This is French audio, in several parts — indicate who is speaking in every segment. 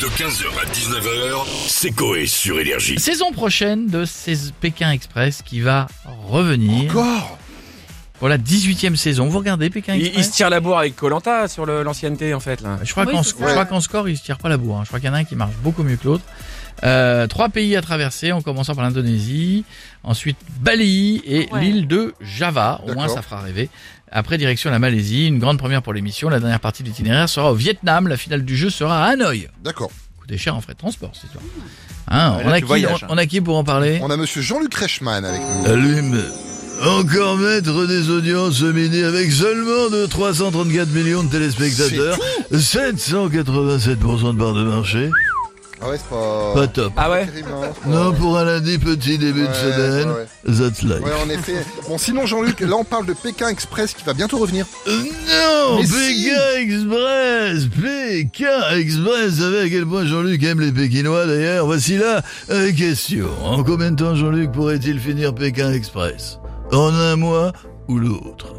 Speaker 1: De 15h à 19h, c'est Coé sur Énergie.
Speaker 2: Saison prochaine de ces Pékin Express qui va revenir.
Speaker 3: Encore
Speaker 2: Pour la 18e saison. Vous regardez Pékin
Speaker 4: Il, il se
Speaker 2: Express Ah,
Speaker 4: tire la bourre avec Colanta sur le- l'ancienneté en fait là.
Speaker 2: Je crois
Speaker 5: Oui,
Speaker 2: qu'en
Speaker 5: c'est
Speaker 2: sc-
Speaker 5: ça.
Speaker 2: je crois qu'en score, il se tire pas la bourre. hein. Je crois qu'il y en a un qui marche beaucoup mieux que l'autre. Euh, trois pays à traverser, en commençant par l'Indonésie, ensuite Bali et
Speaker 5: Ouais.
Speaker 2: l'île de Java. Au
Speaker 3: D'accord.
Speaker 2: moins, ça fera rêver. Après, direction la Malaisie, une grande première pour l'émission. La dernière partie de l'itinéraire sera au Vietnam. La finale du jeu sera à Hanoï.
Speaker 3: D'accord.
Speaker 2: Coûté cher en frais de transport, c'est histoire. Hein,
Speaker 6: Ouais,
Speaker 2: on,
Speaker 6: là,
Speaker 2: a
Speaker 6: tu
Speaker 2: qui,
Speaker 6: voyages, hein.
Speaker 2: on- on a qui pour en parler
Speaker 3: On a monsieur Jean-Luc Reichmann avec nous.
Speaker 6: Allume. Encore maître des audiences ce midi avec seulement de 334 millions de téléspectateurs, 787% de part de marché.
Speaker 3: Ah ouais, c'est pas.
Speaker 6: Pas top.
Speaker 4: Ah ouais
Speaker 3: terrible, hein, c'est pas-
Speaker 6: Non, pour un lundi petit début de
Speaker 3: Ouais,
Speaker 6: semaine,
Speaker 3: ouais,
Speaker 6: that's life.
Speaker 3: Ouais, en effet. Bon, sinon, Jean-Luc, là, on parle de Pékin Express qui va bientôt revenir.
Speaker 6: Euh, Non
Speaker 3: Mais
Speaker 6: PK Express PK Express Vous savez à quel point Jean-Luc aime les Pékinois d'ailleurs Voici là euh, question. En combien de temps Jean-Luc pourrait-il finir Pékin Express En un mois ou l'autre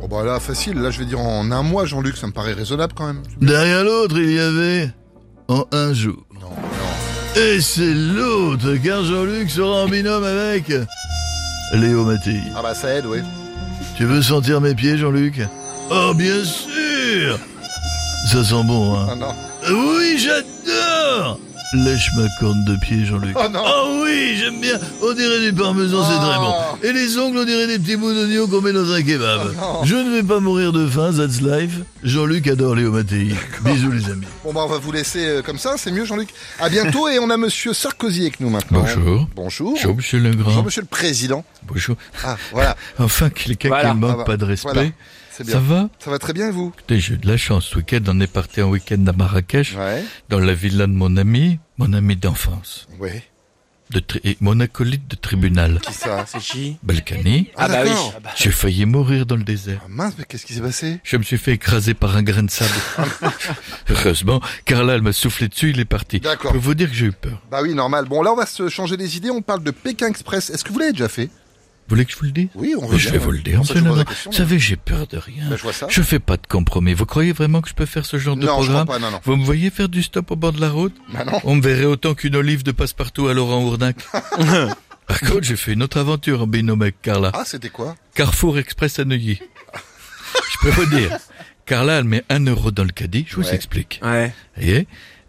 Speaker 3: Bon, bah là, facile. Là, je vais dire en un mois, Jean-Luc, ça me paraît raisonnable quand même.
Speaker 6: Derrière l'autre, il y avait en un jour.
Speaker 3: Non, non.
Speaker 6: Et c'est l'autre, car Jean-Luc sera en binôme avec Léo Mattei.
Speaker 3: Ah bah, ça aide, oui.
Speaker 6: Tu veux sentir mes pieds, Jean-Luc Oh, bien sûr Ça sent bon, hein
Speaker 3: Ah non.
Speaker 6: Oui, j'adore Lèche ma corne de pied, Jean-Luc.
Speaker 3: Oh non.
Speaker 6: Oh oui, j'aime bien. On dirait du parmesan, c'est très bon.
Speaker 3: Ah.
Speaker 6: Et les ongles, on dirait des petits bouts d'oignon qu'on met dans un kebab.
Speaker 3: Oh non.
Speaker 6: Je ne vais pas mourir de faim, that's life. Jean-Luc adore Léo Mattei. Bisous, les amis.
Speaker 3: Bon, bah, on va vous laisser euh, comme ça. C'est mieux, Jean-Luc. À bientôt. et on a monsieur Sarkozy avec nous maintenant.
Speaker 2: Bonjour.
Speaker 3: Bonjour.
Speaker 2: Bonjour, monsieur
Speaker 3: Bonjour,
Speaker 2: Legrand.
Speaker 3: monsieur le président.
Speaker 2: Bonjour.
Speaker 3: Ah, voilà.
Speaker 2: Enfin, quelqu'un
Speaker 4: Voilà.
Speaker 2: qui ne manque
Speaker 3: Ah bah,
Speaker 2: pas de respect.
Speaker 3: voilà. C'est
Speaker 2: Ça
Speaker 3: bien.
Speaker 2: va
Speaker 3: Ça va très bien, et vous
Speaker 2: Écoutez, j'ai eu de la chance. Ce week-end, on est parti en week-end à Marrakech,
Speaker 3: Ouais.
Speaker 2: dans la villa de mon ami, mon ami d'enfance,
Speaker 3: Ouais.
Speaker 2: de tri- et mon acolyte de tribunal,
Speaker 3: Qui ça
Speaker 4: C'est chi.
Speaker 2: Balkany.
Speaker 4: Ah, bah oui.
Speaker 3: d'accord.
Speaker 2: J'ai failli mourir dans le désert.
Speaker 3: Ah mince, mais qu'est-ce qui s'est passé
Speaker 2: Je me suis fait écraser par un grain de sable. Heureusement, Carla, elle m'a soufflé dessus, il est parti. Je
Speaker 3: D'accord.
Speaker 2: peux vous dire que j'ai eu peur.
Speaker 3: Bah oui, normal. Bon, là, on va se changer les idées. On parle de Pékin Express. Est-ce que vous l'avez déjà fait
Speaker 2: Vous voulez que je vous le dise
Speaker 3: Oui, on
Speaker 2: Mais Je vais vous le dire,
Speaker 3: C'est pour ça que je
Speaker 2: monsieur
Speaker 3: pose la
Speaker 2: Legrand.
Speaker 3: question,
Speaker 2: Vous savez, j'ai peur de rien.
Speaker 3: Bah, je vois ça.
Speaker 2: Je fais pas de compromis. Vous croyez vraiment que je peux faire ce genre de
Speaker 3: non, je crois
Speaker 2: programme
Speaker 3: pas. Non, non.
Speaker 2: Vous me voyez faire du stop au bord de la route
Speaker 3: Bah non.
Speaker 2: On me verrait autant qu'une olive de passe-partout à Laurent Ournac. Par contre, j'ai fait une autre aventure en binôme avec Carla.
Speaker 3: Ah, c'était quoi
Speaker 2: Carrefour Express à Neuilly. Je peux vous dire. Carla, elle met un euro dans le caddie. Je vous
Speaker 3: Ouais.
Speaker 2: explique.
Speaker 4: Ouais.
Speaker 2: Vous voyez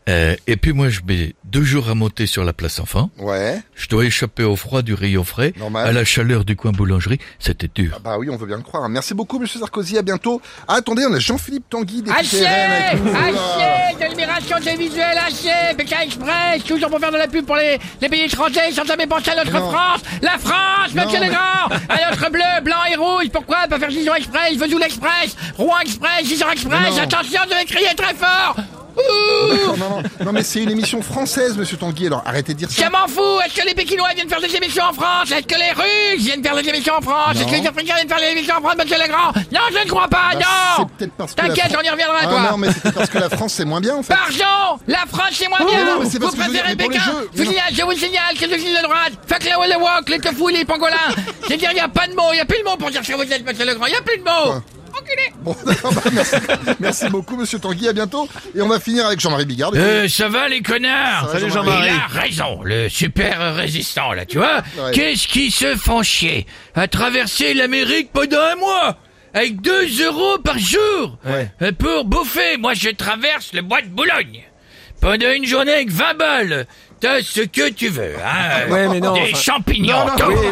Speaker 2: Euh, et puis moi, je mets deux jours à monter sur la place enfant.
Speaker 3: Ouais.
Speaker 2: Je dois échapper au froid du rayon frais,
Speaker 3: Normal.
Speaker 2: à la chaleur du coin boulangerie. C'était dur.
Speaker 3: Bah oui, on veut bien le croire. Merci beaucoup, monsieur Sarkozy. À bientôt. Ah, attendez, on a Jean-Philippe Tanguy, député
Speaker 7: Ah, Haché
Speaker 3: RN avec nous. Oula.
Speaker 7: Haché Délibération des visuels, haché Pékin Express, toujours pour faire de la pub pour les, les pays étrangers sans jamais penser à notre
Speaker 3: Mais non.
Speaker 7: France La France,
Speaker 3: Non,
Speaker 7: monsieur
Speaker 3: mais-
Speaker 7: Legrand À notre bleu, blanc et rouge Pourquoi pas faire Gison Express, Vesoul Express, Rouen Express, Gison Express
Speaker 3: non.
Speaker 7: Attention, je vais crier très fort Ouh
Speaker 3: Non, non, non. Non, mais c'est une émission française, monsieur Tanguy. Alors, arrêtez de dire
Speaker 7: Je
Speaker 3: ça.
Speaker 7: m'en fous Est-ce que les Pékinois viennent faire des émissions en France Est-ce que les Russes viennent faire des émissions en France Est-ce que les Africains viennent faire des émissions en France, monsieur Legrand Non, je ne crois pas,
Speaker 3: Bah,
Speaker 7: non
Speaker 3: C'est peut-être parce que. la
Speaker 7: T'inquiète,
Speaker 3: Fran-
Speaker 7: on y reviendra,
Speaker 3: Ah,
Speaker 7: toi
Speaker 3: non, mais c'est parce que la France, c'est moins bien, en fait.
Speaker 7: Pardon La France, c'est moi
Speaker 3: Oh,
Speaker 7: bien
Speaker 3: mais c'est
Speaker 7: Vous
Speaker 3: parce que je
Speaker 7: préférez
Speaker 3: veux dire, mais
Speaker 7: Pékin
Speaker 3: pour les jeux,
Speaker 7: je,
Speaker 3: mais
Speaker 7: vous signale, je vous signale que je suis de droite Fuck la wall walk, les tofu, les pangolins C'est-à-dire, il n'y a pas de mots, il n'y a plus de mots pour dire ce que vous êtes, monsieur Legrand, il n'y a plus de mots Enculé
Speaker 3: Bon, d'accord, bah, merci. merci beaucoup, monsieur Tanguy. À bientôt. Et on va finir avec Jean-Marie Bigard.
Speaker 2: Euh, ça va les connards
Speaker 3: Ça va, Salut, Jean-Marie.
Speaker 2: Il a raison, le super euh, résistant là, tu vois
Speaker 3: Ouais.
Speaker 2: Qu'est-ce qui se font chier à traverser l'Amérique pendant un mois avec 2 euros par jour Euh, pour bouffer Moi je traverse le bois de Boulogne pendant une journée avec 20 balles T'as ce que tu veux, hein
Speaker 4: Ouais, mais non,
Speaker 2: Des
Speaker 4: enfin-
Speaker 2: champignons, tout.
Speaker 4: oui,
Speaker 3: Non,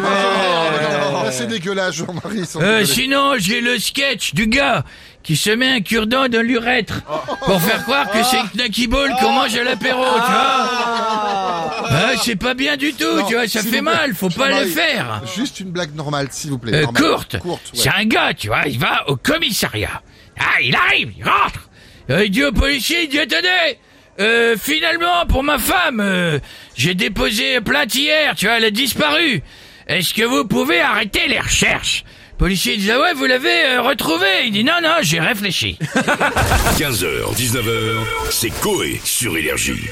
Speaker 4: mais-
Speaker 3: non, non, non, non, C'est dégueulasse, Jean-Marie. sans
Speaker 2: Euh,
Speaker 3: déconner.
Speaker 2: sinon, j'ai le sketch du gars qui se met un cure-dent dans l'urètre pour faire croire que c'est une Knacky Ball qu'on mange à l'apéro, tu vois. Ah, c'est pas bien du tout,
Speaker 3: Non,
Speaker 2: tu vois, ça
Speaker 3: s'il
Speaker 2: fait
Speaker 3: vous Bah plaît.
Speaker 2: mal, faut pas le
Speaker 3: Jean-Marie,
Speaker 2: faire.
Speaker 3: Juste une blague normale, s'il vous plaît.
Speaker 2: Euh,
Speaker 3: normale.
Speaker 2: courte.
Speaker 3: Courte, ouais.
Speaker 2: C'est un gars, tu vois, il va au commissariat. Ah, il arrive, il rentre. Euh, il dit au policier, il dit, attendez, euh, finalement, pour ma femme, euh, j'ai déposé plainte hier, tu vois, elle a disparu. Est-ce que vous pouvez arrêter les recherches Le policier dit, ah ouais, vous l'avez euh, retrouvée. Il dit, non, non, j'ai réfléchi.
Speaker 1: 15h, 19h, c'est Coé sur Énergie.